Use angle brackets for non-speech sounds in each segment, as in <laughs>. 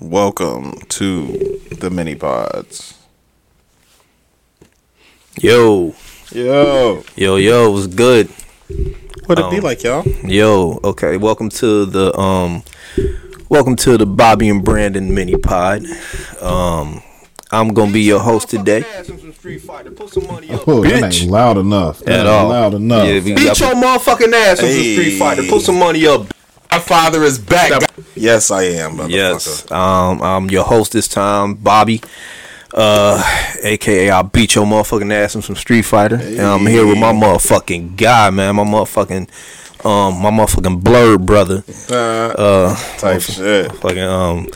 Welcome to the mini pods. Yo, Yo, yo, yo, it was good. Um, what it Oh, be like, y'all? Yo, okay, welcome to the um welcome to the Bobby and Brandon mini pod. Um I'm gonna be your host today. Oh, that Bitch. ain't loud enough. That At ain't all. loud enough. Yeah, we got- motherfucking ass on Hey. some money up. My father is back. Yes, I am. Motherfucker. yes. Um I'm your host this time, Bobby. Uh aka I'll beat your motherfucking ass in some Street Fighter. And I'm here with my motherfucking guy, man, my motherfucking um my motherfucking blurred brother. uh, type shit. Fucking um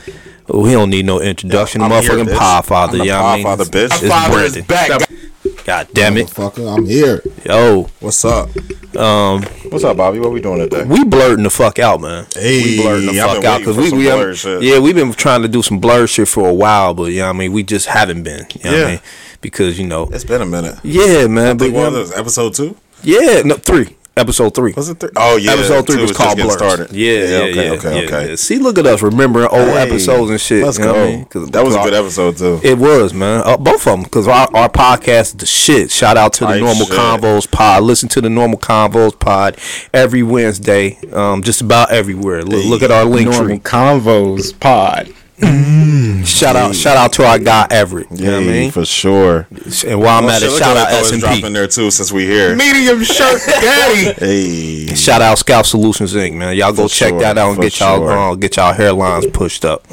we don't need no introduction. I'm here, motherfucking bitch. pie father, I'm the yeah. I mean, Podfather, bitch. It's My father is Brandon. back. God damn it. Motherfucker, I'm here. Yo, What's up? um, What's up, Bobby? What we doing today? we blurting the fuck out, man. Hey, we blurting the I've fuck been out waiting because for we, some we blur haven't- shit. yeah, we've been trying to do some blur shit for a while, but you know what I mean, we just haven't been. You know what I Yeah. mean? Because you know, It's been a minute. yeah, man, but Think you one of know- those episode two? yeah, no, three, episode three. Was it three? Oh yeah, episode three two was just called getting Blurs. started. Yeah, yeah, yeah, okay, yeah, okay, okay. yeah. See, look at us remembering old Hey, episodes and shit. Let's you know go. what I mean? 'Cause that was a our- good episode too. It was, man. Uh, both of them, because our, our podcast is the shit. Shout out to the Type Normal shit. Convos Pod. Listen to the Normal Convos Pod every Wednesday, um, just about everywhere. Look, look at our link Normal tree. Convos Pod. Shout out, shout out to our guy Everett. You know what I mean? for sure. And while I'm at it, Oh, Shit, look at shout out that always S and dropping P. there too, since we here. Medium <laughs> shirt daddy. Hey, Shout out Scout Solutions Inc. Man, y'all go For check sure, that out and for get y'all sure. uh, get y'all hairlines <laughs> pushed up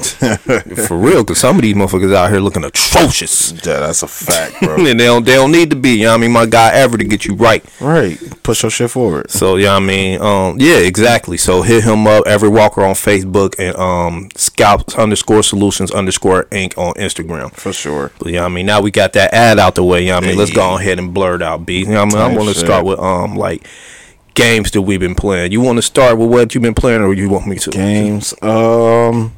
for real. Because some of these motherfuckers out here looking atrocious, <laughs> yeah, that's a fact, bro. and they don't they don't need to be. You know what I mean? My guy Everett to get you <laughs> right. right, push your shit forward. So yeah, I mean, um, yeah, exactly. So hit him up, every Walker on Facebook and um, Scalp underscore Solutions underscore Inc on Instagram. For sure. But yeah, I mean, now we got that ad out the way. You know what I mean, let's go ahead and blur it out, B. You know what I mean, I Type want to shit. start with um, like games that we've been playing. You want to start with what you've been playing, or you want me to? games. Um,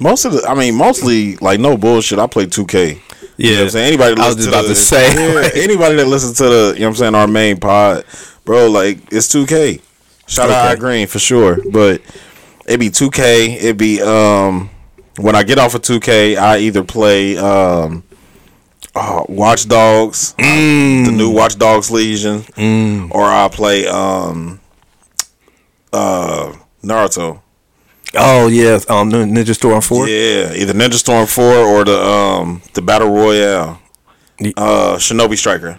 most of the, I mean, mostly like no bullshit. I play 2K. You know what I'm saying anybody. that I was listens just the- about to say, <laughs> Yeah, like- anybody that listens to the, you know, what I'm saying our main pod, bro. Like it's 2K. Shout out Okay. out Green for sure, but it be 2K. It be um when I get off of 2K, I either play um. Uh, Watch Dogs, the Mm. new Watch Dogs Legion, or I play um, uh, Naruto. Oh yeah, um, Nin- Ninja Storm Four. Yeah, either Ninja Storm Four or the um the Battle Royale. Ye- Uh, Shinobi Striker.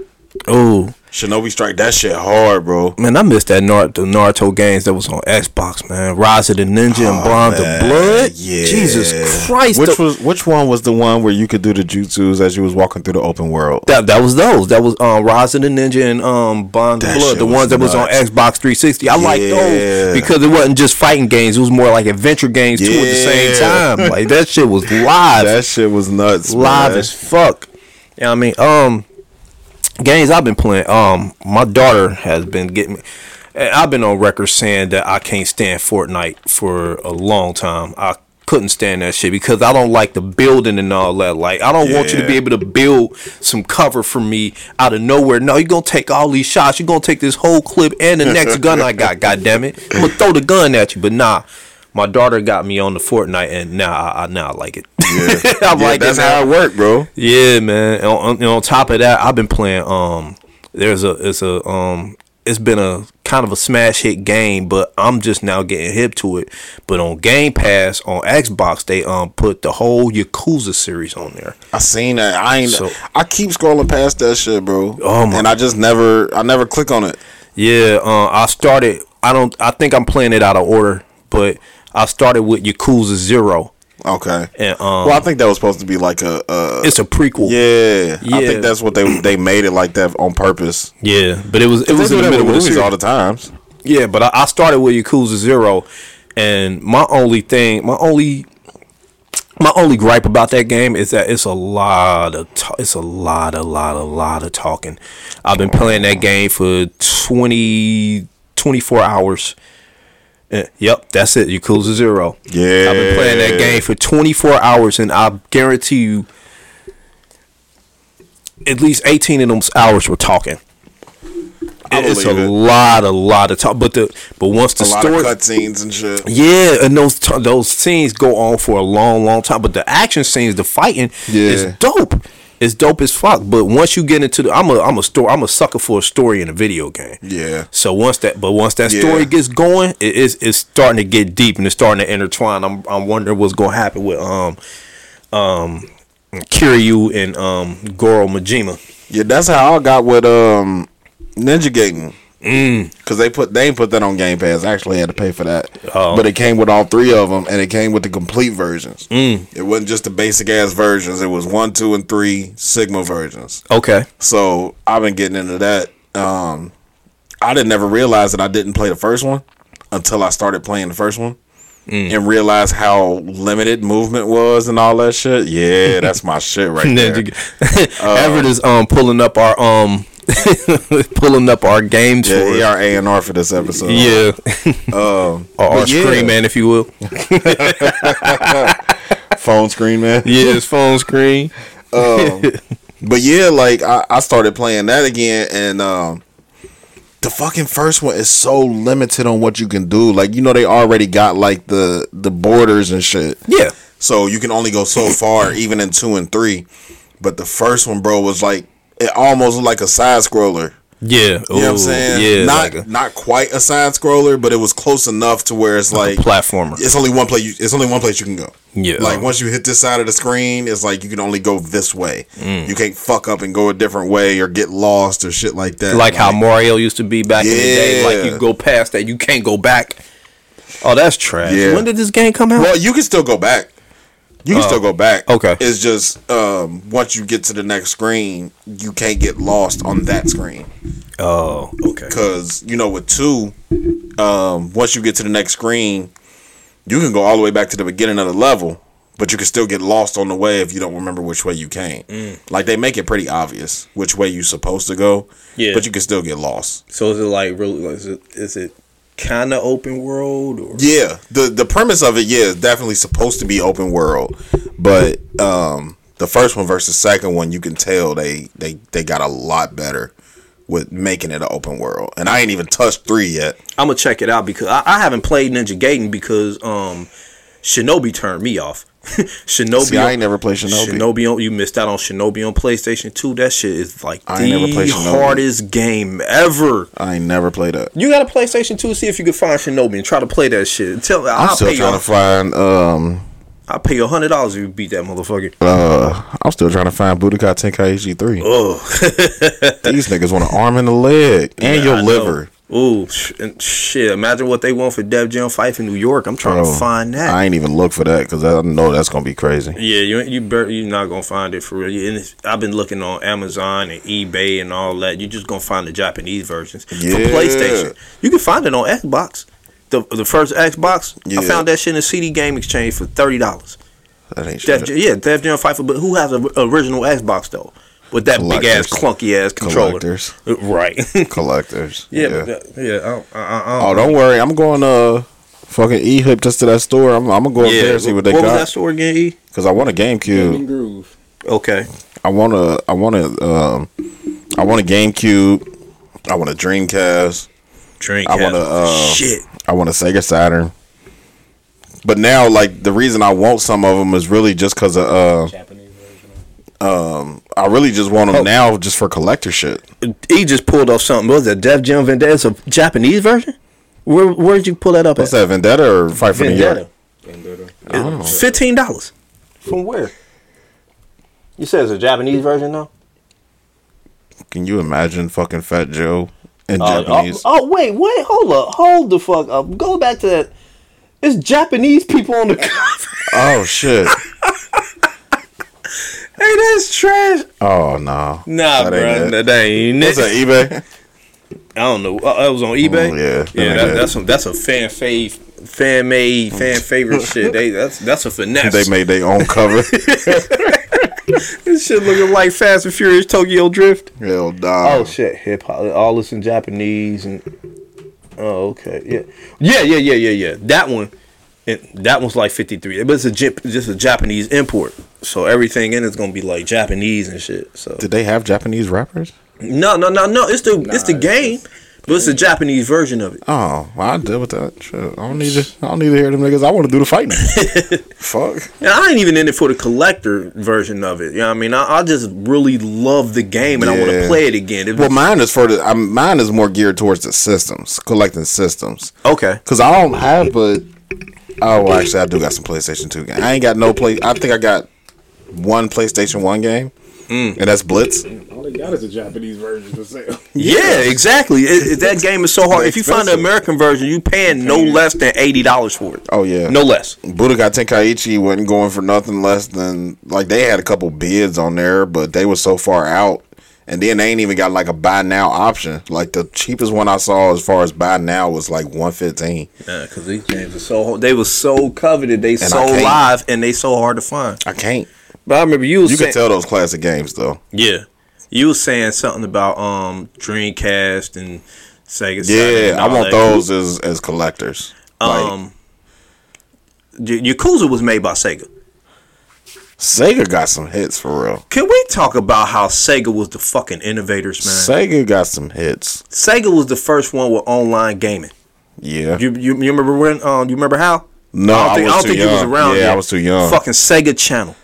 Oh Shinobi Strike. That shit hard, bro. man, I missed that Nar- the Naruto games that was on Xbox. Man, Rise of the Ninja and Bronze of Blood. Oh, Yeah. Jesus Christ, Which the- was which one was the one where you could do the jutsus as you was walking through the open world? That that was those. That was um, Rise of the Ninja and um, Bond That Blood, shit the was ones that was on nuts. Xbox 360. I like Yeah. those because it wasn't just fighting games; it was more like adventure games too at the same Yeah. time. Like that shit was live, That shit was nuts. live bruh. as fuck. You know what I mean? Um, games I've been playing. Um, my daughter has been getting. me- and I've been on record saying that I can't stand Fortnite for a long time. I couldn't stand that shit because I don't like the building and all that. Like I don't want you to be Yeah. able to build some cover for me out of nowhere. No, you're gonna take all these shots. You're gonna take this whole clip and the next gun <laughs> I got. God damn it! I'm gonna throw the gun at you, but nah. My daughter got me on the Fortnite, and now I, I now I like it. <laughs> I Yeah, like that's it. now. how it worked, bro. Yeah, man. And On, and on top of that, I've been playing. Um, there's a it's a um it's been a kind of a smash hit game, but I'm just now getting hip to it. But on Game Pass on Xbox, they um put the whole Yakuza series on there. I seen that. I ain't. So- I keep scrolling past that shit, bro. Oh, my- And I just never. I never click on it. Yeah, uh, I started. I don't. I think I'm playing it out of order, but I started with Yakuza Zero, Okay. and um, Well, I think that was supposed to be like a. a it's a prequel. yeah, I Yeah. think that's what they they made it like that on purpose. yeah. But it was it It was in the middle of the movies series. all the times. Yeah, but I, I started with Yakuza Zero, and my only thing, my only, my only gripe about that game is that it's a lot of, ta- it's a lot, a lot, a lot of talking. I've been playing that game for 20, 24 hours. Eh, Yep, that's it. Yakuza Zero. Yeah. I've been playing Eh. that game for 24 hours, and I guarantee you, at least 18 of them hours were talking. I it's a believe it. lot, a lot of talk. But the but once the a lot story, of cutscenes and shit. yeah, and those t- those scenes go on for a long, long time. But the action scenes, the fighting, Yeah. is dope. It's dope as fuck. But once you get into the, I'm a I'm a story. I'm a sucker for a story in a video game. Yeah. So once that, but once that Yeah. story gets going, it is it's starting to get deep and it's starting to intertwine. I'm I'm wondering what's gonna happen with um um Kiryu and um Goro Majima. Yeah, that's how I got with um Ninja Gaiden. Mm. Cause they put they ain't put that on Game Pass. I actually had to pay for that, Oh. but it came with all three of them, and it came with the complete versions. Mm. It wasn't just the basic ass versions. It was one, two, and three Sigma versions. Okay. So I've been getting into that. Um, I didn't ever realize that I didn't play the first one until I started playing the first one and realized how limited movement was and all that shit. Yeah, <laughs> that's my shit right there. Ninja. <laughs> Uh, Everett is um pulling up our um <laughs> pulling up our games Yeah, for he us. our A and R for this episode. Yeah, um, or our but yeah. screen man, if you will. phone screen man. Yeah, his phone screen. <laughs> Um, But yeah, like I, I started playing that again, and um, the fucking first one is so limited on what you can do. Like you know, they already got like the the borders and shit. Yeah, So you can only go <laughs> so far, even in two and three. But the first one, bro, was like it almost looked like a side scroller. yeah. You know what I'm Ooh, saying? Yeah, not like a, not quite a side scroller, but it was close enough to where it's like platformer. It's only one place. You, it's only one place you can go. Yeah. Like once you hit this side of the screen, it's like you can only go this way. Mm. You can't fuck up and go a different way or get lost or shit like that. like how Mario used to be back in the day. Yeah. Like you go past that, you can't go back. Oh, that's trash. Yeah. When did this game come out? Well, you can still go back. You can still go back. Oh, okay. It's just um, once you get to the next screen, you can't get lost on that screen. Oh, okay. Cause you know with two, um, once you get to the next screen, you can go all the way back to the beginning of the level, but you can still get lost on the way if you don't remember which way you came. Like they make it pretty obvious which way you supposed to go. Yeah. But you can still get lost. So is it like really? Is it, is it kind of open world or? Yeah. The the premise of it, yeah, is definitely supposed to be open world. But um the first one versus second one, you can tell they they, they got a lot better with making it an open world. And I ain't even touched three yet. I'm gonna check it out because I, I haven't played Ninja Gaiden because um, Shinobi turned me off. <laughs> Shinobi, See, I ain't never played Shinobi. Shinobi, on, you missed out on Shinobi on PlayStation Two. That shit is like I the ain't never played Shinobi. hardest game ever. I ain't never played that. You got a PlayStation Two? See if you can find Shinobi and try to play that shit. Tell I'm I'll still pay trying you. to find. Um, I'll pay you hundred dollars if you beat that motherfucker. uh, I'm still trying to find Budokai Tenkaichi three. Oh. These niggas want an arm and a leg and Yeah, your I know. liver. Ooh, sh- and shit! Imagine what they want for Dev Jam Fife in New York. I'm trying Bro, to find that. I ain't even look for that because I know that's gonna be crazy. Yeah, you you bur- you're not gonna find it for real. You- And it's, I've been looking on Amazon and eBay and all that. You're just gonna find the Japanese versions Yeah. for PlayStation. You can find it on Xbox. The the first Xbox, Yeah. I found that shit in CD Game Exchange for thirty dollars. That ain't Def shit. Jam, yeah, Def Jam Fighter. But who has an original Xbox though? With that big ass clunky ass controller, Collectors. Uh, right? <laughs> yeah, Collectors. yeah, but that- yeah. I don't, I, I- I don't- Oh, don't worry. I'm going to fucking e hip just to that store. I'm, I'm gonna go up yeah. there and see what they was that got store again? E? because I want a GameCube. Groove. Okay, I want to. I want to. Um, I want a GameCube. I want a Dreamcast. drink. I wanna, Hazard. uh, shit. I want a Sega Saturn. But now, like the reason I want some of them is really just because of. Uh, um, I really just want them Oh. now, just for collector shit. he E just pulled off something. What was that Def Jam Vendetta? It's a Japanese version. Where where'd you pull that up What's at? that, Vendetta or Fight for New York? Fifteen dollars. From where? You said it's a Japanese version now. Can you imagine fucking Fat Joe in Oh, Japanese? oh, oh, wait, wait, hold up, hold the fuck up. Go back to that. It's Japanese people on the <laughs> cover. Oh shit! hey, that's trash. Oh no! Nah, That ain't bro, it. that ain't it. What's that eBay? I don't know. Uh, it was on eBay. Oh, yeah, that yeah. ain't That, it. that's some, that's a fan fave, fan made, fan <laughs> favorite shit. They that's that's a finesse. They made their own <laughs> cover. This shit looking like Fast and Furious Tokyo Drift. Hell Oh nah. shit, hip hop. All this in Japanese and oh okay, yeah, yeah, yeah, yeah, yeah, yeah. That one, and that one's like fifty three, but it's a Jap- just a Japanese import, so everything in it's gonna be like Japanese and shit. So Did they have Japanese rappers? no, no, no, no. It's the it's the game. But it's a Japanese version of it. Oh, well, I deal with that. Shit. I don't need to. I don't need to hear them niggas. I want to do the <laughs> fighting. Fuck. And I ain't even in it for the collector version of it. You know what I mean? I, I just really love the game and I want to Yeah. play it again. It Well, was- mine is for the. I'm, mine is more geared towards the systems, collecting systems. okay. Cause I don't have, but oh, well, actually, I do got some PlayStation Two games. I ain't got no play. I think I got one PlayStation One game, and that's Blitz. All they got is a Japanese version to sell. Yeah, exactly. It, it- that game is so hard. If you find the American version, you paying no less than eighty dollars for it. Oh yeah, No less. Budokai Tenkaichi wasn't going for nothing less than like they had a couple bids on there, but they were so far out, and then they ain't even got like a buy now option. Like the cheapest one I saw as far as buy now was like one fifteen. Yeah, because these games are so they were so coveted, they so I can't. live, and they so hard to find. I can't. But I remember you was You saying, can tell those classic games though. yeah, you was saying something about um Dreamcast and Sega. Saturn Yeah, and I all want that. those as as collectors. Like, Um, Y- Yakuza was made by Sega. Sega got some hits for real. Can we talk about how Sega was the fucking innovators, man? Sega got some hits. Sega was the first one with online gaming. Yeah. You you, you remember when? Um, you remember how? no, I don't think, I was don't too think young. you was around. Yeah, yet. I was too young. Fucking Sega Channel.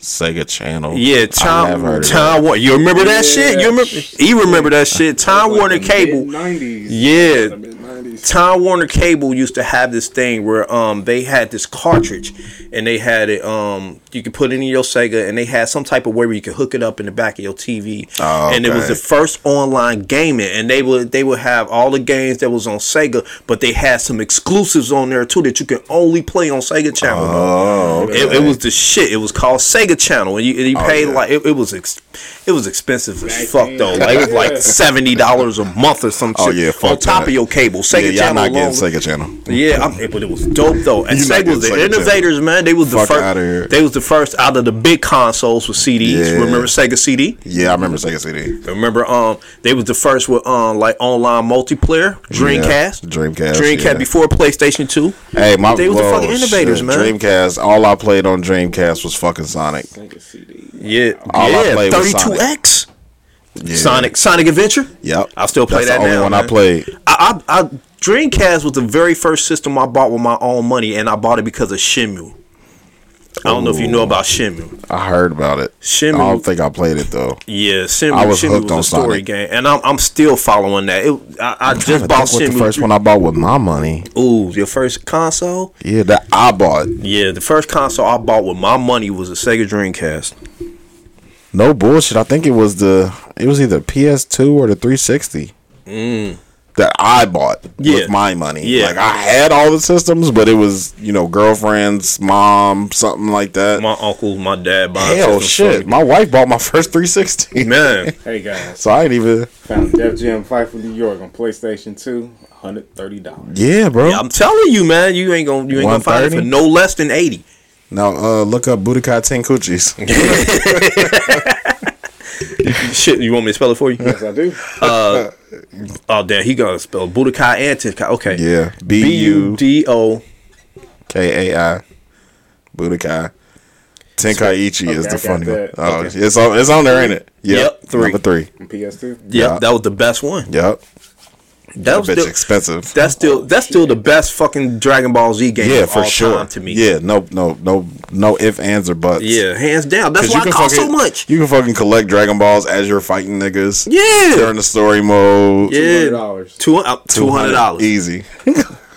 Sega Channel. Yeah, I have Time heard of Time Warner. You remember that Yeah. shit? You remember? He remember that shit. Time Warner Cable. Nineties. Yeah, Nineties. Time Warner Cable used to have this thing where um they had this cartridge and they had it um you could put it in your Sega and they had some type of way where you could hook it up in the back of your TV. Oh, And it was okay. the first online gaming and they would they would have all the games that was on Sega, but they had some exclusives on there too that you could only play on Sega Channel. Oh, okay. It, it was the shit. It was called Sega Channel, and you, and you paid Oh, yeah. like it, it was ex- it was expensive as Back fuck then. though. Like it <laughs> was like seventy dollars a month or some shit. Oh, yeah, fuck on top that. of your cable, Sega yeah, y'all Channel. not alone. getting Sega Channel. Yeah, I'm, but it was dope though. And You not Sega was the getting Sega Channel. innovators, man. They was the Fuck outta here. first. They was the first out of the big consoles with CDs. Yeah. Remember Sega CD? Yeah, I remember Sega CD. Remember, um, they was the first with um like online multiplayer, Dreamcast, Dreamcast, Dreamcast yeah. before PlayStation Two. Hey, my They was the whoa, fucking innovators, shit. man. Dreamcast. All I played on Dreamcast was fucking Sonic. Yeah, All I yeah, played was thirty Sonic. two X. Yeah. Sonic, Sonic Adventure. Yep. I still play That's that the only now, one I man. played. I, I, I Dreamcast was the very first system I bought with my own money, and I bought it because of Shimu. I don't know if you know about Shimu. I heard about it. Shimu- I don't think I played it though. Yeah, Shimu. I was Shimu hooked was on a story Sonic. game, and I'm, I'm still following that. It, I, I just I bought think what Shimu. the first one I bought with my money. Ooh, your first console? Yeah, that I bought. Yeah, the first console I bought with my money was a Sega Dreamcast. No bullshit. I think it was the it was either PS2 or the 360 that I bought Mm. Yeah. with my money. Yeah. like I had all the systems, but it was you know girlfriend's mom something like that. My uncle, my dad, bought a Hell, system for shit. me. My wife bought my <laughs> first <laughs> 360. man. Hey guys, So I ain't even. found Def Jam Fight for New York on PlayStation Two. Hundred thirty dollars. Yeah, bro. I'm telling you, man, you ain't gonna you ain't gonna find it for 130? no less than eighty. Now uh, look up Budokai <laughs> Tenkaichi. Shit, you want me to spell it for you? <laughs> Yes, I do. Oh damn, he gonna spell Budokai and Tenkai. Okay. yeah, B U D O. K A I. Budokai. Tenkaichi is the Okay, I got funny one. that. Oh, it's on it's on there, ain't it? Yep, three. Number three. On PS2. Yeah. Yep, that was the best one. Yep. That was That bitch still, expensive. that's still that's still the best fucking Dragon Ball Z game. yeah, of for all sure. Time to me. Yeah, no, no, no, no ifs, ands, or buts. Yeah, hands down. That's 'Cause why it cost so fucking, much. You can fucking collect Dragon Balls as you're fighting niggas. Yeah. During the story mode. Yeah. $200. Two uh, two hundred dollars. <laughs> Easy.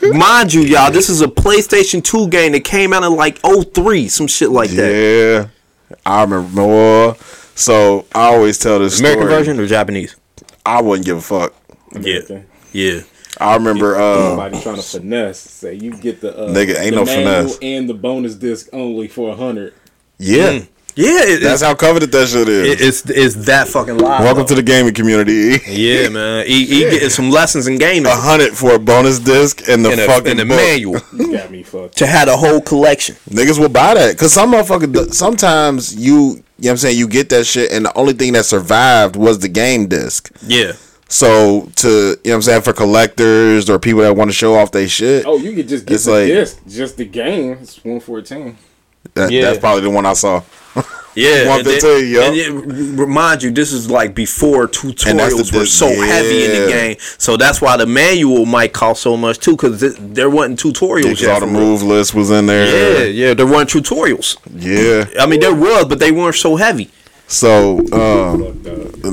Mind you, y'all, this is a PlayStation Two game that came out in like 03, some shit like that. Yeah. I remember. Well, so I always tell this American story. version or Japanese? I wouldn't give a fuck. Yeah. Yeah. I remember. Oh Uh, Somebody trying to finesse. Say you get the uh, Nigga, ain't no the manual finesse. And the bonus disc only for a hundred. yeah, Yeah, it, that's it's, how coveted that shit is. Mm. it, it's it's that fucking live. Welcome to the gaming community. Yeah, man. He, he getting some lessons in gaming A hundred for a bonus disc and the in, a, fucking in the book. manual You got me fucked. to have a whole collection. Niggas will buy that because some motherfucker. do- Sometimes you, you know what I'm saying, you get that shit, and the only thing that survived was the game disc. Yeah. So to you know what I'm saying for collectors or people that want to show off their shit, Oh, you could just get It's the like- disc, just the game. It's one fourteen. that, yeah. that's probably the one I saw. Yeah, Want and to then- tell you, and then, r- remind you, this is like before tutorials the were so dis- heavy in the yeah. game, so that's why the manual might cost so much too, because there wasn't tutorials. Because yet all the for real. move list was in Yeah, there. yeah, there weren't tutorials. Yeah. I mean, there was, but they weren't so heavy. So, um,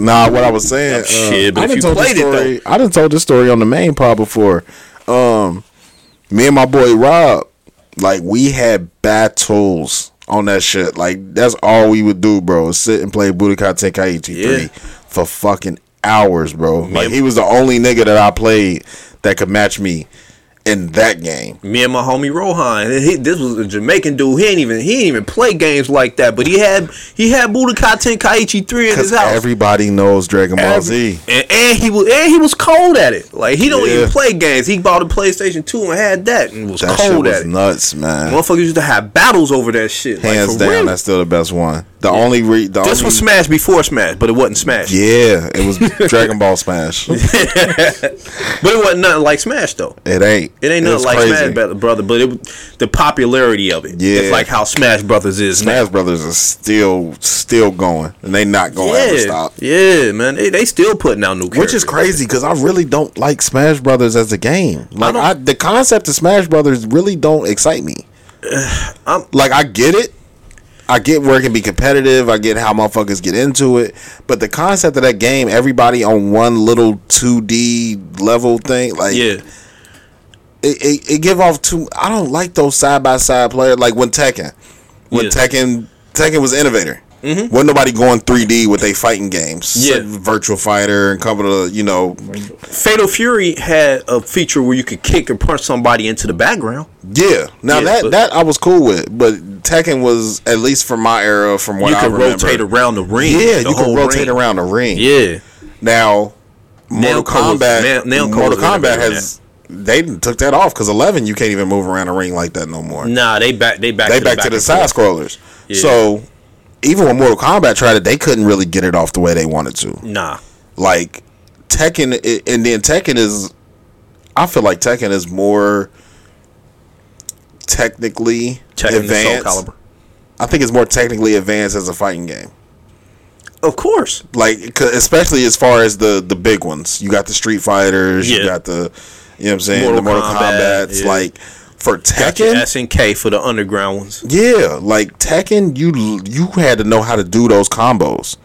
nah, what I was saying. uh, Oh, Shit, but I if done you told this played it story. though, I done told this story on the main pod before. Um, me and my boy Rob, like we had battles on that shit. Like that's all we would do, bro. is Sit and play Budokai Tenkaichi Yeah. three for fucking hours, bro. Like he was the only nigga that I played that could match me in that game. me and my homie Rohan, and he, this was a Jamaican dude. He ain't even he ain't even play games like that, but he had he had Budokai Tenkaichi three in his Because house. everybody knows Dragon Ball Z. And, and he was and he was cold at it. Like he don't Yeah. even play games. He bought a PlayStation Two and had that and was That shit cold was at it. nuts, man. Motherfuckers used to have battles over that shit. Hands like, for down, real. that's still the best one. The only re- the this only- was Smash before Smash, but it wasn't Smash. Yeah, it <laughs> was Dragon Ball Smash. It But it wasn't nothing like Smash though. ain't. It ain't was nothing like crazy. Smash Bro- Brother, but it the popularity of it. Yeah. it's like how Smash Brothers is now. Smash Brothers is still still going, and they not going to ever Yeah, stop. yeah, man. They, they still putting out new Which is characters. crazy because I really don't like Smash Brothers as a game. Like don't- I the concept of Smash Brothers really don't excite me. <sighs> I'm- like I get it. I get where it can be competitive. I get how motherfuckers get into it. But the concept of that game, everybody on one little two D level thing, like Yeah, it, it, it give off too. I don't like those side by side players. Like when Tekken, when Yeah. Mm-hmm. Tekken Tekken was innovator. Wasn't nobody going 3D with they fighting games. Yeah. Virtual Fighter and couple of you know, Fatal Fury had a feature where you could kick and punch somebody into the background. yeah. Now Yeah, that but- that I was cool with, but Tekken was at least from my era, from what you I could remember. rotate around the ring. Yeah, the you could whole rotate ring. around the ring. Yeah, Now, Mortal Codes- Kombat, Nail- Nail Codes Mortal is better Kombat than has they took that off because 11 you can't even move around a ring like that no more. nah, they back, they back, they back, to the and side forth. scrollers. So even when Mortal Kombat tried it, they couldn't really get it off the way they wanted to. Nah, Like Tekken, i- and then Tekken is, I feel like Tekken is more technically checking the Soul advanced. Caliber. I think it's more technically advanced as a fighting game. Of course, Like 'cause- especially as far as the the big ones, you got the Street Fighters, you Yeah. got the, you know what I'm saying, Mortal the Mortal Kombat, Kombat's yeah. like for got your Tekken. SNK for the underground ones. Yeah, like Tekken, you you had to know how to do those combos.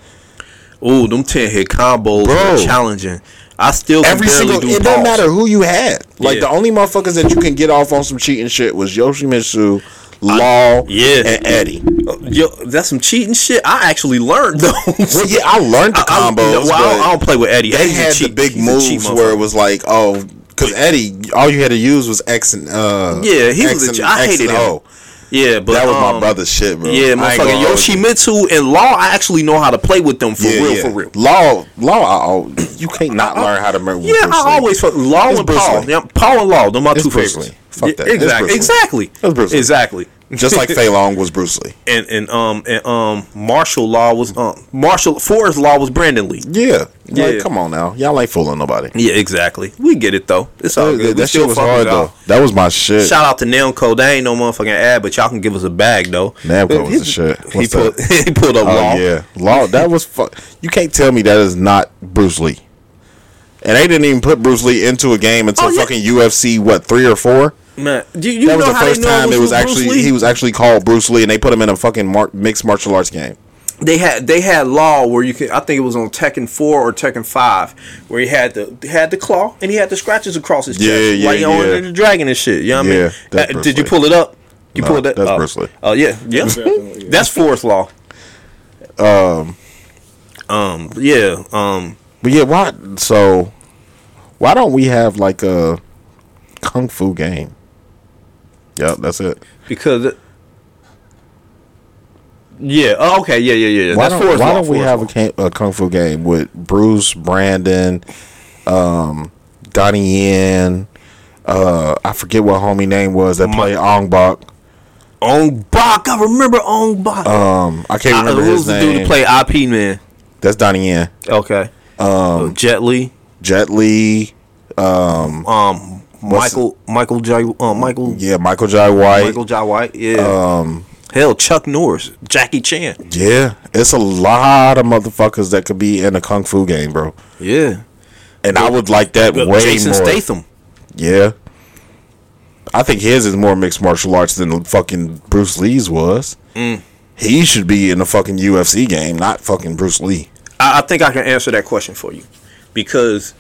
Ooh, them ten hit combos Bro. are challenging. I still can Every barely single do it doesn't pause. matter who you had. Like Yeah. the only motherfuckers that you can get off on some cheating shit was Yoshimitsu, Law, yeah. and Eddie. Uh, Yo, that's some cheating shit. I actually <laughs> learned those. Well, yeah, I learned the I- I- combos. well, I, don't, I don't but play with Eddie. they Eddie's a had the cheat- big he's a cheat moves where it motherfucker. was like, oh, because Eddie, all you had to use was X and uh, Yeah, he was a ch- I hated and him. O. yeah, but That was my um, brother's shit, bro. Yeah, I ain't motherfucking gonna hold you. Yoshimitsu and Law. I actually know how to play with them for Yeah, real, yeah. for real. Law, law, I- you can't not learn how to murder. Yeah, I always fuck Law It's and Bruce Paul. Lee. Yeah, Paul and Law, they're my It's two Bruce favorites. Lee. Fuck that. Yeah, It's Bruce Lee. exactly, exactly, It's Bruce Lee. exactly. just <laughs> <laughs> like Fei Long was Bruce Lee. and and um and um martial law was um martial forest law was Brandon Lee. Yeah. Yeah. Like, come on now. Y'all ain't fooling nobody. Yeah, exactly. We get it though. It's all That, good. that, we shit still was fucking hard, y'all. though. That was my shit. Shout out to Namco. They ain't no motherfucking ad, but y'all can give us a bag though. Namco was the shit. he What's pulled that? <laughs> he pulled up Oh, law. yeah. Law, that was fuck. You can't tell me that is not Bruce Lee. And they didn't even put Bruce Lee into a game until Oh, yeah. fucking UFC, what, three or four? Man, do you That know was the how first they know time it was, actually, Bruce Lee? he was actually called Bruce Lee, and they put him in a fucking mar- mixed martial arts game. they had they had law where you could I think it was on Tekken four or Tekken five where he had the he had the claw and he had the scratches across his Yeah, chest yeah, like on yeah. Enter the dragon and shit. You know what Yeah, I that's mean? Uh, Bruce did you Lee. pull it up? You No, pulled it. that's oh. Bruce Lee. Oh yeah, yeah. <laughs> Definitely, yeah. That's fourth law. Um. Um. Yeah. Um. But yeah, why? So, why don't we have like a kung fu game? Yep, that's it. Because. it- yeah. Oh, okay. Yeah. Yeah. Yeah. Why that's don't, fourth why law. don't we fourth have law. a, ca- a kung fu game with Bruce, Brandon, um, Donnie Yen? Uh, I forget what homie name was that played Ong Bak. Ong Bak? I remember Ong Bak. Um, I can't I, remember who's his the dude to name. play IP man? That's Donnie Yen. Okay. Um. Jet Li. Jet Li. um Michael Michael J uh, Michael Yeah, Michael J. White. Um, Michael J White yeah Hell, Chuck Norris, Jackie Chan. Yeah, it's a lot of motherfuckers that could be in a kung fu game, bro. Yeah. And I would like that way Uh, Jason more. Statham. Yeah. I think his is more mixed martial arts than fucking Bruce Lee's was. Mm. He should be in a fucking UFC game, not fucking Bruce Lee. I, I think I can answer that question for you because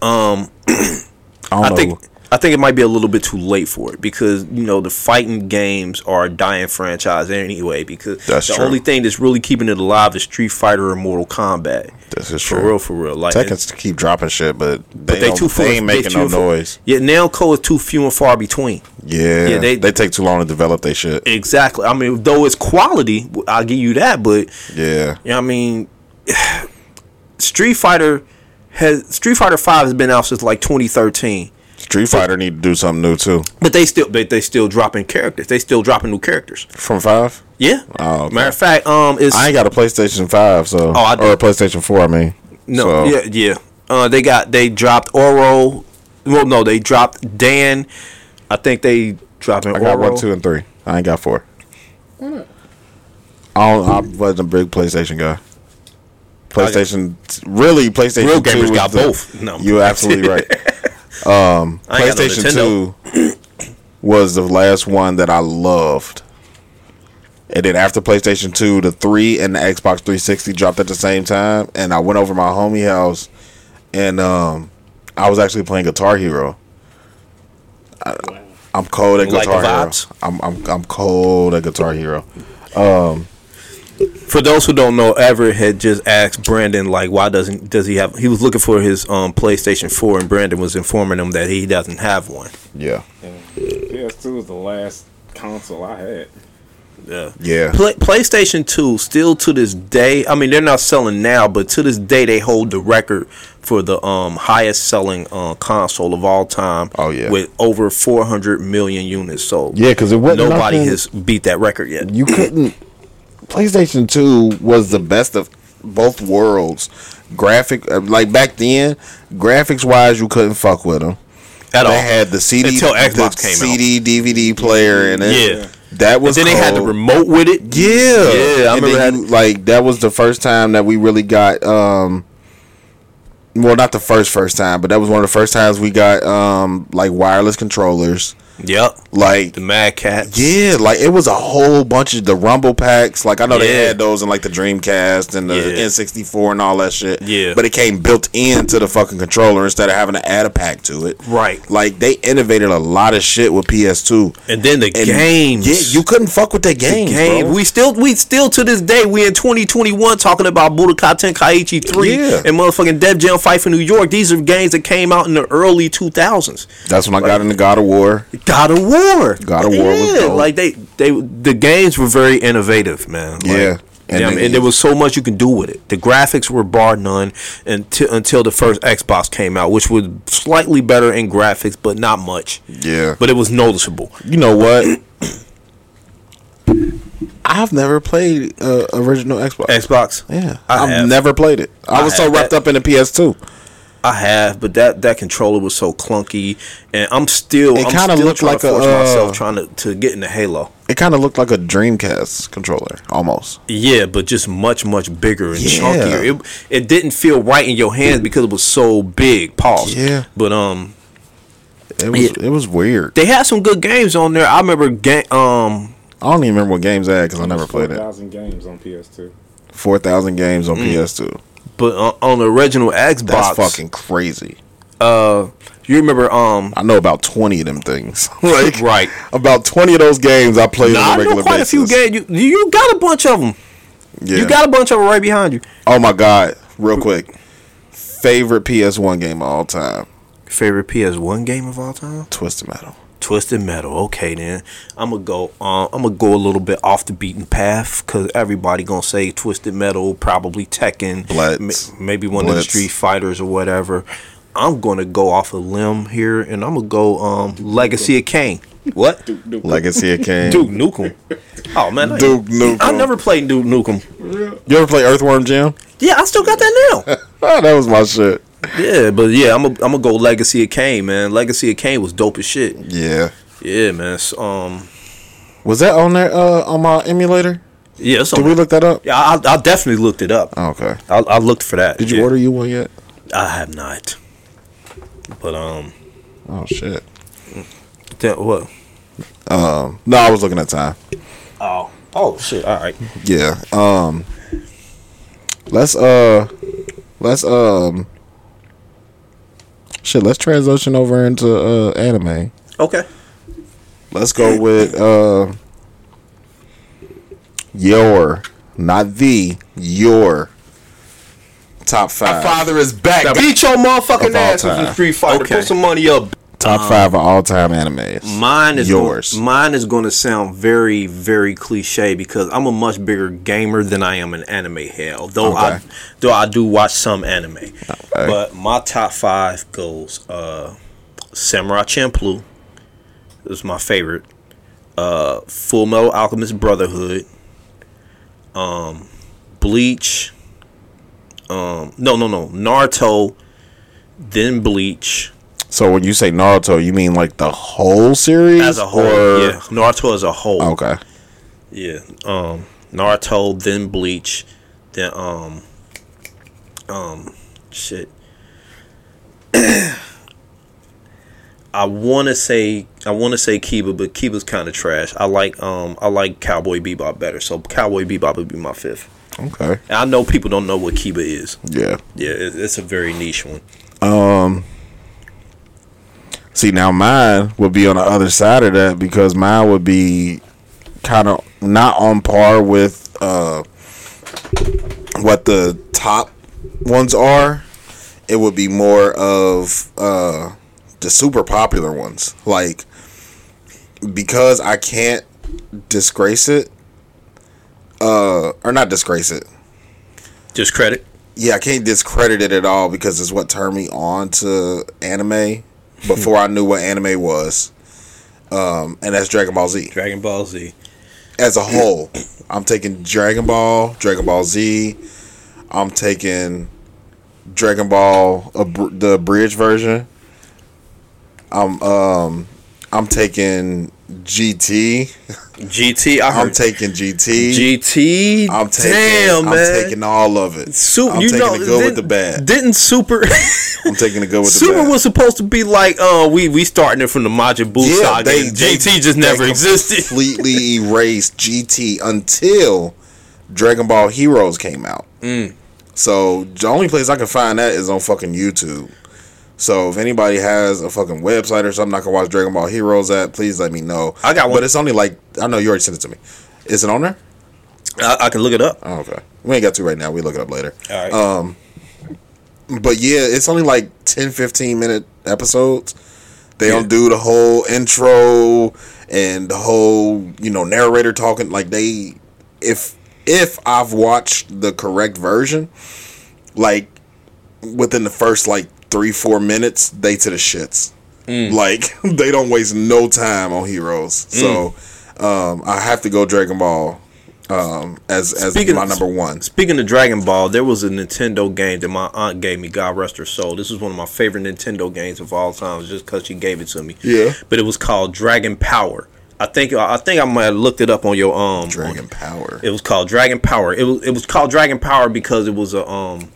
I don't I know. think I think it might be a little bit too late for it because you know the fighting games are a dying franchise anyway. Because That's the true. only thing that's really keeping it alive is Street Fighter and Mortal Kombat. this is For true. real, for real. Like Seconds to keep dropping shit, but they, but they don't- too far. they ain't they making few no and far- noise. Yeah, now Cole is too few and far between. Yeah, Yeah, they, they- take too long to develop their shit. Exactly. I mean, though it's quality, I'll give you that. But Yeah, you know, I mean, <sighs> Street Fighter has Street Fighter Five has been out since like 2013. Street Fighter need to do something new too. But they still they, they still dropping characters. They still dropping new characters. From five, Yeah. Oh, okay. Matter of fact, um, it's I ain't got a PlayStation Five, so Oh, I do. or a PlayStation Four. I mean, no, So, yeah, yeah. Uh, they got they dropped Oro. Well, no, they dropped Dan. I think they dropping I got Oro. one, two, and three. I ain't got four. I, don't, I wasn't a big PlayStation guy. PlayStation, really, PlayStation. Real 2 gamers was got the- both. No, I'm you're absolutely <laughs> right. Um, I ain't got no PlayStation Nintendo. Two was the last one that I loved. And then after PlayStation Two, the three and the Xbox 360 dropped at the same time, and I went over to my homie house, and um, I was actually playing Guitar Hero. I, I'm cold at You like the Guitar Hero. vibes? I'm, I'm I'm cold at Guitar Hero. For those who don't know, Everett had just asked Brandon like, why doesn't does he have? He was looking for his um PlayStation Four, and Brandon was informing him that he doesn't have one. Yeah, PS2 was the last console I had. Yeah. yeah. Play, PlayStation 2 still to this day. I mean, they're not selling now, but to this day they hold the record for the um, highest selling uh, console of all time. Oh, yeah. with over 400 million units sold. Yeah, because it wasn't nobody nothing- has beat that record yet. you couldn't PlayStation 2 was the best of both worlds. Graphic uh, like back then, graphics wise you couldn't fuck with them. At all. They had the CD Until Xbox the came out. CD DVD player and it, Yeah. That was Then they had the cold. remote with it. Yeah. Yeah, I and then remember that. you- like that was the first time that we really got um well not the first first time, but that was one of the first times we got um like wireless controllers. Yep. Like The Mad Cat. yeah, like it was a whole bunch of the Rumble packs. Like I know they Yeah. had those in like the Dreamcast and the Yeah. N64 and all that shit. Yeah. But it came built into the fucking controller instead of having to add a pack to it. Right. Like they innovated a lot of shit with PS2. And then the And games. Yeah, you couldn't fuck with that game. game. We still, we still to this day, we in 2021 talking about Budokai Tenkaichi 3 Yeah. and motherfucking Dev Jam Fight for New York. These are games that came out in the early 2000s. That's when I got into God of War. God of War. God of War was Yeah, dope. like they, they, the games were very innovative, man. Like, Yeah. And And, they- and there was so much you can do with it. The graphics were bar none until until the first Xbox came out, which was slightly better in graphics, but not much. Yeah. But it was noticeable. You know what? <clears throat> I've never played uh, original Xbox. Xbox. yeah, I I've have. never played it. I, I was so have. wrapped up in the PS2. I have, but that that controller was so clunky, and I'm still. It I'm kinda still looked trying like to a, force uh, myself trying to to get into Halo. It kind of looked like a Dreamcast controller almost. Yeah, but just much much bigger and Yeah. chunkier. It it didn't feel right in your hands because it was so big. Pause. Yeah. but um, It was Yeah. it was weird. they had some good games on there. I remember game um. I don't even remember what games I had because I never played it. 4,000 games on PS2. Four thousand games Mm. on PS2. But on, on the original Xbox, uh, That's fucking crazy. you remember um I know about twenty of them things. <laughs> right? <laughs> right. about twenty of those games I played Nah, on I a regular know quite basis. a few games. You, you got a bunch of them. Yeah. You got a bunch of them right behind you. oh my god! Real quick, favorite PS1 game of all time: Favorite PS1 game of all time? Twisted Metal. Twisted Metal. Okay, then I'm gonna go. Um, I'm gonna go a little bit off the beaten path because everybody gonna say Twisted Metal, probably Tekken, Blitz. ma- maybe one of Blitz. the Street Fighters or whatever. I'm gonna go off a limb here, and I'm gonna go um, Legacy of Kane. What? Duke Legacy <laughs> of Kain. Nukem. Oh man, I- Duke Nukem. I never played Duke Nukem. You ever play Earthworm <laughs> Jim? Yeah, I still got that <laughs> now. Oh, that was my shit. yeah, but yeah, I'm gonna I'm go Legacy of Kane, man. Legacy of Kane was dope as shit. Yeah. Yeah, man. So, um, Was that on there uh, on my emulator? Yeah, it's Did on- we look that up? Yeah, I, I definitely looked it up. Okay. I, I looked for that. Did you yeah. order you one yet? I have not. But um, Oh shit. that, what? No, I was looking at time. Oh, oh shit! All right. Yeah. Um. Let's uh. Let's um. Shit. Let's transition over into uh anime. Okay. Let's Go go with with uh. Your, not the your. top My five. father is back. Beat your motherfucking Of all ass with time. the Street Fighter. Okay. Put some money up. Top five of all time animes. um, Mine is Yours. Gonna, mine is going to sound very, very cliche because I'm a much bigger gamer than I am an anime head. Although I, Okay. though I do watch some anime, but my top five goes uh, Samurai Champloo is my favorite. Uh, Full Metal Alchemist Brotherhood. Um, Bleach. Um, no, no, no. Naruto, then Bleach. So when you say Naruto, you mean like the whole series As a whole, or- yeah. Naruto as a whole. Okay. Yeah. Um Naruto, then Bleach, then um um shit. <clears throat> I wanna say I wanna say Kiba, but Kiba's kinda trash. I like um I like Cowboy Bebop better, so Cowboy Bebop would be my fifth. Okay. And I know people don't know what Kiba is. Yeah. Yeah, it, it's a very niche one. See, now mine would be on the other side of that because mine would be kind of not on par with uh, what the top ones are. It would be more of uh, the super popular ones. Like, because I can't disgrace it, uh, or not disgrace it. Just credit. yeah, I can't discredit it at all because it's what turned me on to anime before I knew what anime was. Um, and that's Dragon Ball Z Dragon Ball Z. as a whole. I'm taking Dragon Ball, Dragon Ball Z. I'm taking Dragon Ball abr- the bridge version. I'm um I'm taking GT. GT, I heard I'm taking GT. GT. I'm taking Damn, I'm man. taking all of it. Super, I'm you taking know, the good with didn't- the bad. Didn't Super <laughs> I'm taking the good with the Super bad. was supposed to be like, uh, we we starting it from the Majin Buu Yeah, saga. they- and JT just they never <laughs> existed. <laughs> completely erased GT until Dragon Ball Heroes came out. Mm. So the only place I can find that is on fucking YouTube. So if anybody has a fucking website or something I can watch Dragon Ball Heroes at, please let me know. I got one. but it's only like I know you already sent it to me. Is it on there? I, I can look it up. Uh, Oh, okay, we ain't got to right now. We look it up later. All right. But yeah, it's only like 10, 15 minute episodes. They don't do the whole intro and the whole, you know, narrator talking. Like they if if I've watched the correct version, like within the first like three, four minutes, they to the shits. Like <laughs> they don't waste no time on heroes. So um I have to go Dragon Ball um as as Speaking my of- number one. Speaking of Dragon Ball, there was a Nintendo game that my aunt gave me. God rest her soul. This is one of my favorite Nintendo games of all time, just because she gave it to me. Yeah. But it was called Dragon Power. I think I think I might have looked it up on your um Dragon Power. It was called Dragon Power. It was it was called Dragon Power because it was a um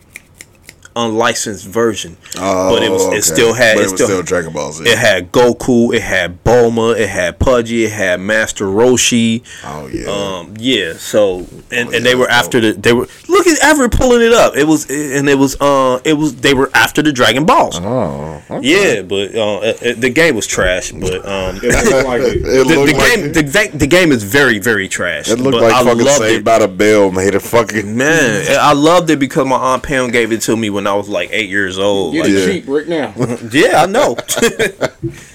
unlicensed version. but it was Oh, okay. it still had But it, it was still, still Dragon Ball Z. it had Goku, it had Bulma, it had Pudgy, it had Master Roshi. Oh yeah. Um yeah, so and, yeah, and they were that's after the they were look at Everett pulling it up. It was and it was uh it was they were after the Dragon Balls. oh. Yeah, but uh, it, it- the game was trash, but um It looked <laughs> like It <laughs> it. The, looked the like game, the, the, the game is very, very trash. It looked but like I fucking loved Saved it. by the Bell made a fucking. <laughs> Man, I loved it because my aunt Pam gave it to me when I was like eight years old. Get Like, it Yeah. cheap right now. yeah, I know. <laughs>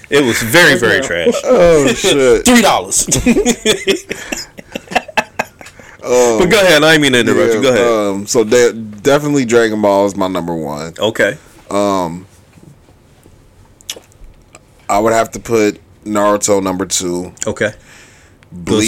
it was very, very trash. <laughs> Oh <laughs> shit! Three dollars. but go ahead. I ain't mean to interrupt you. Go ahead. Um, so de- definitely Dragon Ball is my number one. okay. I would have to put Naruto number two. Okay.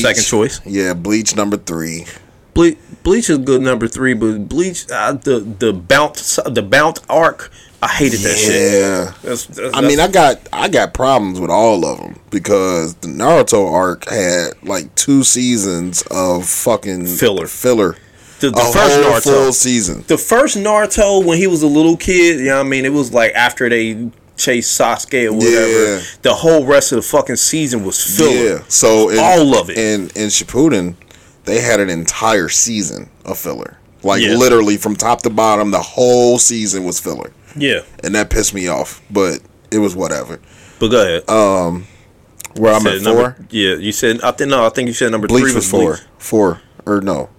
second choice. Yeah, Bleach number three. Ble- Bleach is good number three, but Bleach uh, the the bounce the bounce arc. I hated that shit. Yeah. That's, that's, I mean, I got I got problems with all of them because the Naruto arc had like two seasons of fucking Filler. filler. the, the a first whole Naruto. full season. the first Naruto when he was a little kid, you know what I mean? It was like after they chased Sasuke or whatever. Yeah. The whole rest of the fucking season was filler. Yeah, so in, All of it. in in Shippuden, they had an entire season of filler. Like Yeah. literally from top to bottom, the whole season was filler, Yeah. and that pissed me off. But it was whatever. But go ahead. Where I'm Said at four, Uh, number- Yeah, you said I think no, I think you said number Bleach three was was four, Bleach. four or no?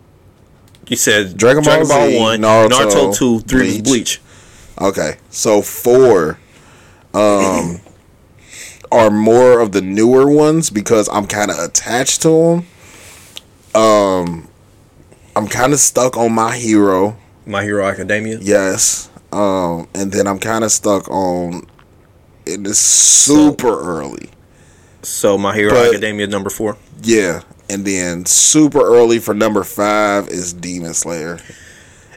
You said Dragon Ball Z, one, Naruto, Naruto, two, Bleach. three was Bleach. Okay, so four um, <clears throat> are more of the newer ones because I'm kind of attached to them. Um, I'm kind of stuck on my hero. My Hero Academia. Yes, um, and then I'm kind of stuck on. It is super early. So My Hero But- Academia number four. Yeah, and then super early for number five is Demon Slayer. <sighs>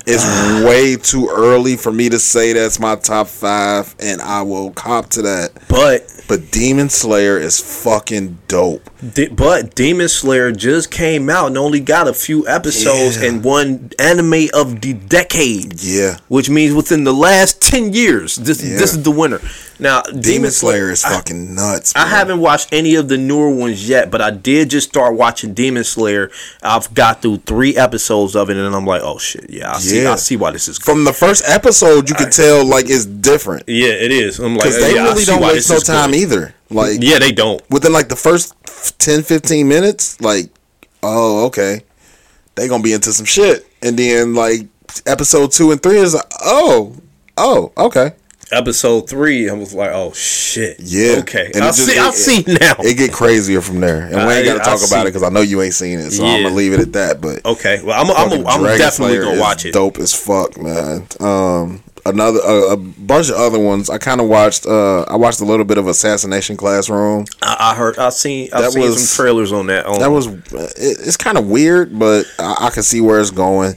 It's way too early for me to say that's my top five, and I will cop to that. But But Demon Slayer is fucking dope. De- but Demon Slayer just came out and only got a few episodes Yeah. and one anime of the decade. Yeah. Which means within the last ten years, this Yeah. this is the winner. Now, Demon Slayer is fucking nuts. I bro. haven't watched any of the newer ones yet, but I did just start watching Demon Slayer. I've got through three episodes of it, and I'm like, oh shit, yeah, I see, Yeah. I see why this is. From the first episode, you can tell like it's different yeah, it is. I'm like, because they yeah, I really see don't why waste this no is time good. either. Like Yeah, they don't. within like the first f- 10, 15 minutes, like oh okay, they gonna be into some shit, and then like episode two and three is like, oh oh okay, Episode three, I was like, oh shit, Yeah. okay, And I it just- see, I it- see now. it get crazier from there, and we ain't I- gotta talk I about see. it because I know you ain't seen it, so I'm Yeah. gonna leave it at that. But okay, well, I'm, I'm, I'm, Dragon definitely Slayer gonna is watch it. Dope as fuck, man. Um, another a, a bunch of other ones. I kind of watched. Uh, I watched a little bit of Assassination Classroom. I, I heard, I seen, I've That seen was- some trailers on that. On, That was. uh, It, it's kind of weird, but I, I can see where it's going.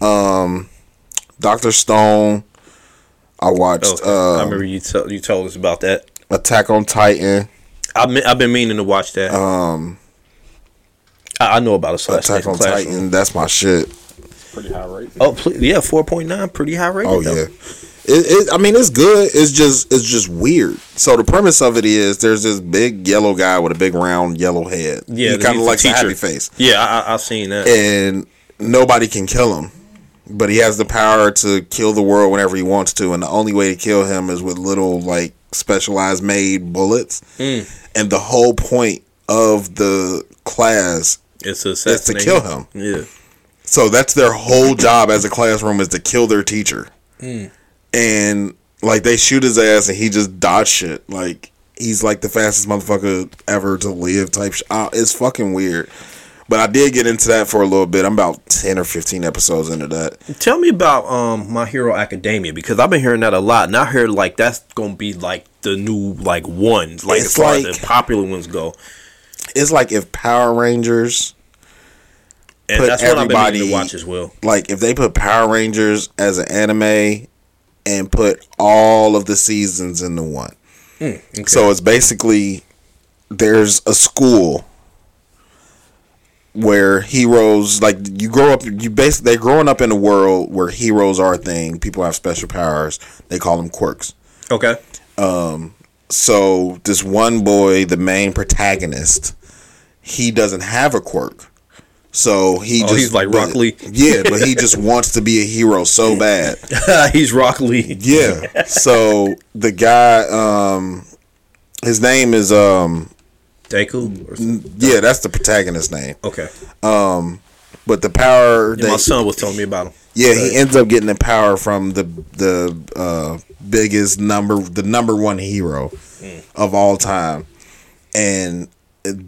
Um, Doctor Stone. I watched Oh, I uh, remember you told you told us about that. Attack on Titan. I've been, I've been meaning to watch that. Um, I, I know about a slash Attack on Titan. That's my shit. Pretty high rate. Oh, ple- yeah, four point nine, pretty high rating. Oh though. yeah. It, it, I mean, it's good. It's just, it's just weird. So the premise of it is, there's this big yellow guy with a big round yellow head. yeah. he kind of likes a a happy face, Yeah, I, I, I seen that. and nobody can kill him. But he has the power to kill the world whenever he wants to, and the only way to kill him is with little like specialized made bullets. And the whole point of the class, it's a is to kill him. Yeah, so that's their whole job as a classroom is to kill their teacher. and like they shoot his ass and he just dodge shit. Like he's like the fastest motherfucker ever to live type shit. Uh, it's fucking weird. But I did get into that for a little bit. I'm about ten or fifteen episodes into that. tell me about um My Hero Academia because I've been hearing that a lot, and I heard like that's gonna be like the new like ones, like It's as far like- as the popular ones go. It's like if Power Rangers, And Put that's what I've been meaning everybody- to watch as well. like if they put Power Rangers as an anime and put all of the seasons into one. So it's basically there's a school where heroes like you grow up you basically they're growing up in a world where heroes are a thing, people have special powers, they call them quirks. Okay. <laughs> So this one boy, the main protagonist, he doesn't have a quirk. So he Oh, just he's like Rock but- Lee. yeah, but <laughs> he just wants to be a hero so bad. He's Rock Lee. Yeah. So the guy, um, his name is um, Deku. Mm, or something. yeah, that's the protagonist name. Okay. But the power Yeah, my that son was telling me about him. yeah, he ends up getting the power from the the uh, biggest number, the number one hero of all time, and it-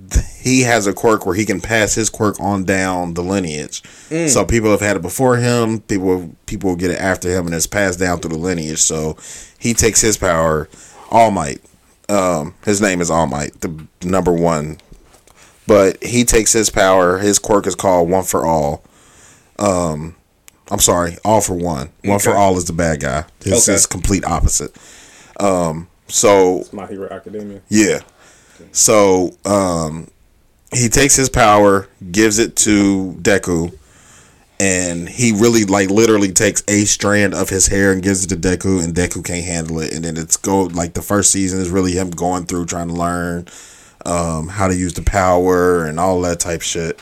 he has a quirk where he can pass his quirk on down the lineage. So people have had it before him. People people get it after him, and it's passed down through the lineage. So he takes his power. All Might, um, his name is All Might, the number one. But he takes his power. His quirk is called One for All Um, I'm sorry, all for one. One for all is the bad guy. This Okay. is complete opposite. Um, so My Hero Academia. yeah. So um, he takes his power, gives it to Deku, and he really like literally takes a strand of his hair and gives it to Deku, and Deku can't handle it. And then it's go like the first season is really him going through trying to learn um, how to use the power and all that type shit.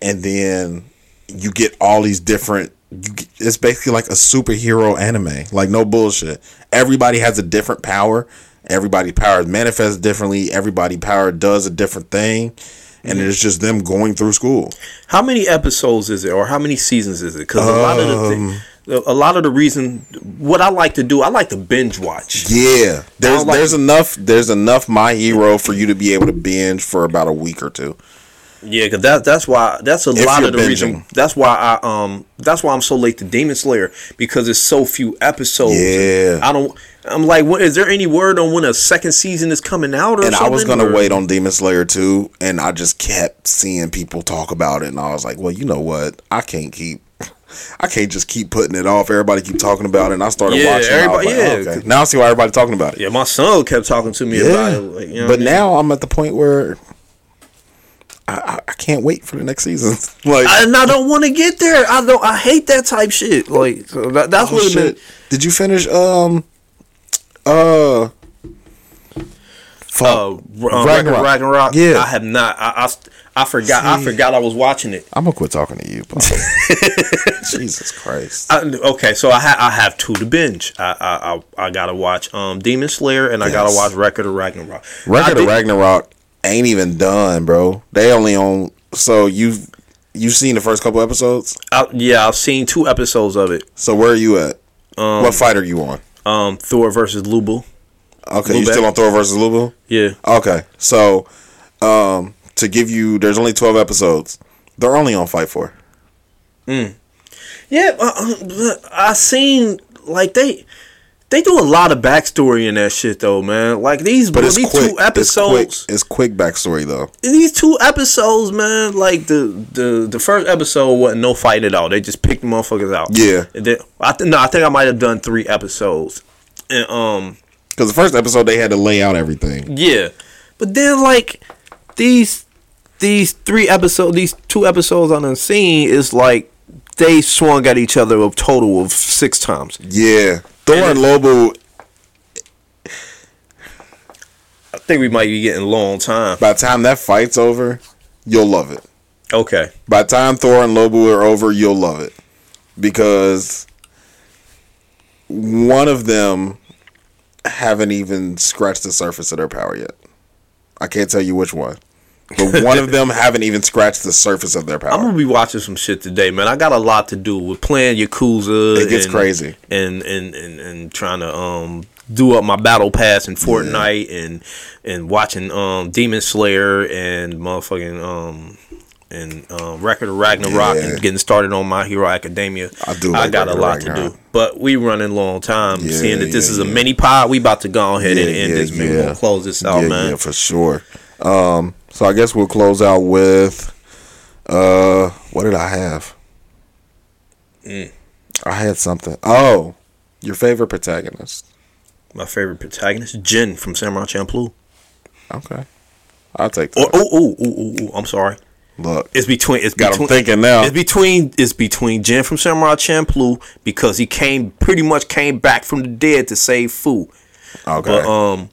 And then you get all these different. You get, it's basically like a superhero anime, like no bullshit. Everybody has a different power. Everybody power manifests differently. Everybody power does a different thing, and it's just them going through school. How many episodes is it, or how many seasons is it? Because a lot of the Um. thi- a lot of the reason what I like to do, I like to binge watch. Yeah, there's like- there's enough there's enough My Hero for you to be able to binge for about a week or two. Yeah, because that, that's why that's a lot you're of the reason. binging. That's why I um that's why I'm so late to Demon Slayer because it's so few episodes. Yeah. I don't. I'm like, what, is there any word on when a second season is coming out? Or And I was something, gonna or- wait on Demon Slayer two, and I just kept seeing people talk about it, and I was like, well, you know what? I can't keep. <laughs> I can't just keep putting it off. Everybody keep talking about it, and I started Yeah, watching. Everybody, everybody- yeah. okay. Now I see why everybody's talking about it. Yeah, my son kept talking to me about it. Like, you know but what I mean? now I'm at the point where I, I, I can't wait for the next season. <laughs> like, and I don't want to get there. I don't. I hate that type shit. Like so that, that's oh, what it shit. meant. Did you finish? Um, uh, Uh, um, Ragnarok. Ragnarok. Ragnarok. Yeah. I have not. I, I st- I forgot. I forgot I was watching it. I'm gonna quit talking to you. Paul. <laughs> Jesus Christ! I, okay, so I ha- I have two to binge. I I, I, I gotta watch um Demon Slayer and I gotta Yes. watch Record of Ragnarok. I Record did- of Ragnarok ain't even done, bro. They only on. So you've you've seen the first couple episodes. I- yeah, I've seen two episodes of it. So where are you at? what fight are you on? Um, Thor versus Lubu. Okay, you Lubeck. still on Thor versus Lubu? Yeah. Okay, so um, to give you, there's only twelve episodes. They're only on fight four. Yeah, uh, uh, I seen like they they do a lot of backstory in that shit though, man. Like these But it's these quick. two episodes, It's quick. It's quick backstory though. these two episodes, man. Like the the the first episode wasn't no fight at all. They just picked the motherfuckers out. Yeah. And then, I th- no, I think I might have done three episodes, and um, Because the first episode they had to lay out everything. yeah, but then like these these three episodes, these two episodes on the scene is like they swung at each other a total of six times. Yeah, Thor and, Lobo. I think we might be getting low on time. By the time that fight's over, you'll love it. Okay. By the time Thor and Lobo are over, you'll love it because one of them haven't even scratched the surface of their power yet. I can't tell you which one, <laughs> but one of them haven't even scratched the surface of their I'm power. gonna be watching some shit today, man. I got a lot to do with playing Yakuza. It gets and, crazy. and and and and trying to um do up my battle pass in Fortnite and and watching um Demon Slayer and motherfucking um and um, Record of Ragnarok Yeah. and getting started on My Hero Academia. I do I like got Record a of lot to Ragnarok. do, but we running low on time. Yeah, Seeing that this yeah, is a yeah. mini pod, we about to go ahead and Yeah, end yeah, this. Maybe yeah. we'll close this out, yeah, Oh, man. yeah, for sure. Um, so I guess we'll close out with uh, what did I have? Mm. I had something. Oh, your favorite protagonist. My favorite protagonist, Jin from Samurai Champloo. Okay, I'll take that. Oh, oh, oh, oh, oh, I'm sorry. Look, It's between. It's got him between, thinking now. It's between. It's between Jin from Samurai Champloo because he came pretty much came back from the dead to save Fu. Okay. Um,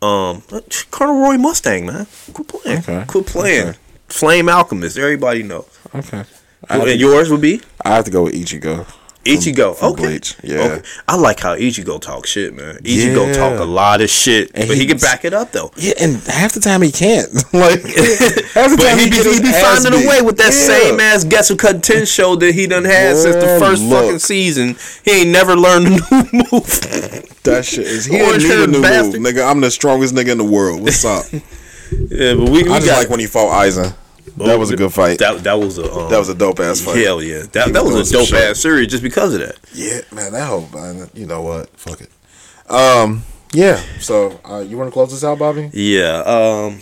um, Colonel Roy Mustang, man, quit playing. Okay. Quit playing. Okay. Flame Alchemist. Everybody knows. okay. I, And have to, yours would be I have to go with Ichigo. Ichigo. from okay. Bleach, yeah. Okay. I like how Ichigo talk shit, man. Ichigo Yeah. talk a lot of shit, And but he he- can back it up though. Yeah, and half the time he can't. <laughs> like half the But he, get be, he his be ass finding a beat. way with that Yeah. same ass Guess Who Cut 10 show that he done had since the Boy, first look. fucking season. He ain't never learned a new <laughs> move. <laughs> That shit is. He didn't Orange need a haired new bastard. move, nigga. I'm the strongest nigga in the world. <laughs> What's up? yeah, but we, we I got just like when he fought Aizen. That was a good fight. That, that. That was a um, was a dope ass fight. hell yeah. That, He that was was a doing dope some shit. ass series just because of that. Yeah, man. That whole. man, You know what? Fuck it. Um. Yeah. So uh, you want to close this out, Bobby? Yeah. Um,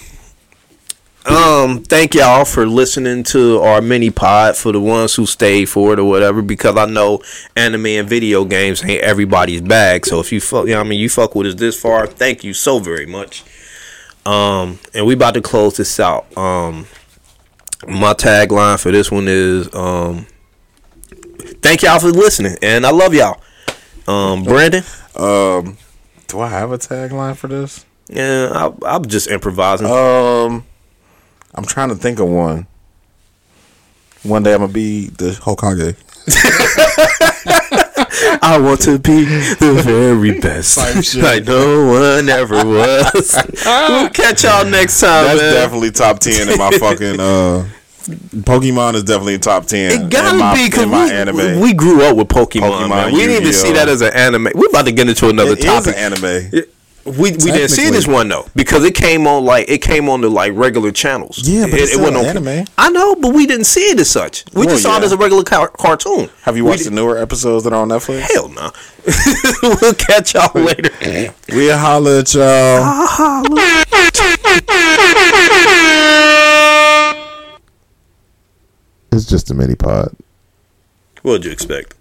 um, thank y'all for listening to our mini pod for the ones who stayed for it or whatever. Because I know anime and video games ain't everybody's bag. So if you fuck, you know what I mean, you fuck with us this far, thank you so very much. Um, and we about to close this out. Um, my tagline for this one is um, thank y'all for listening, and I love y'all. Um, Brandon. Um, do I have a tagline for this? Yeah, I, I'm just improvising. Um, I'm trying to think of one. One day I'm gonna be the Hokage. I want to <laughs> be the very best, <laughs> like no one ever was. <laughs> we'll catch y'all next time, That's man. definitely top ten <laughs> in my fucking. Uh, Pokemon is definitely top ten. it gotta in my, be in my because we, anime. we grew up with Pokemon. Pokemon, man. We didn't even see Yu-Gi-Oh. that as an anime. We're about to get into another it is topic. an <laughs> anime. we we didn't see this one though because it came on like it came on the like regular channels. Yeah, but it's wasn't still anime. I know, but we didn't see it as such. We Well, just saw it Oh, yeah. as a regular car- cartoon. Have you We watched di- the newer episodes that are on Netflix? Hell no. <laughs> we'll catch y'all later. We'll holler at y'all. It's just a mini pod. What'd you expect?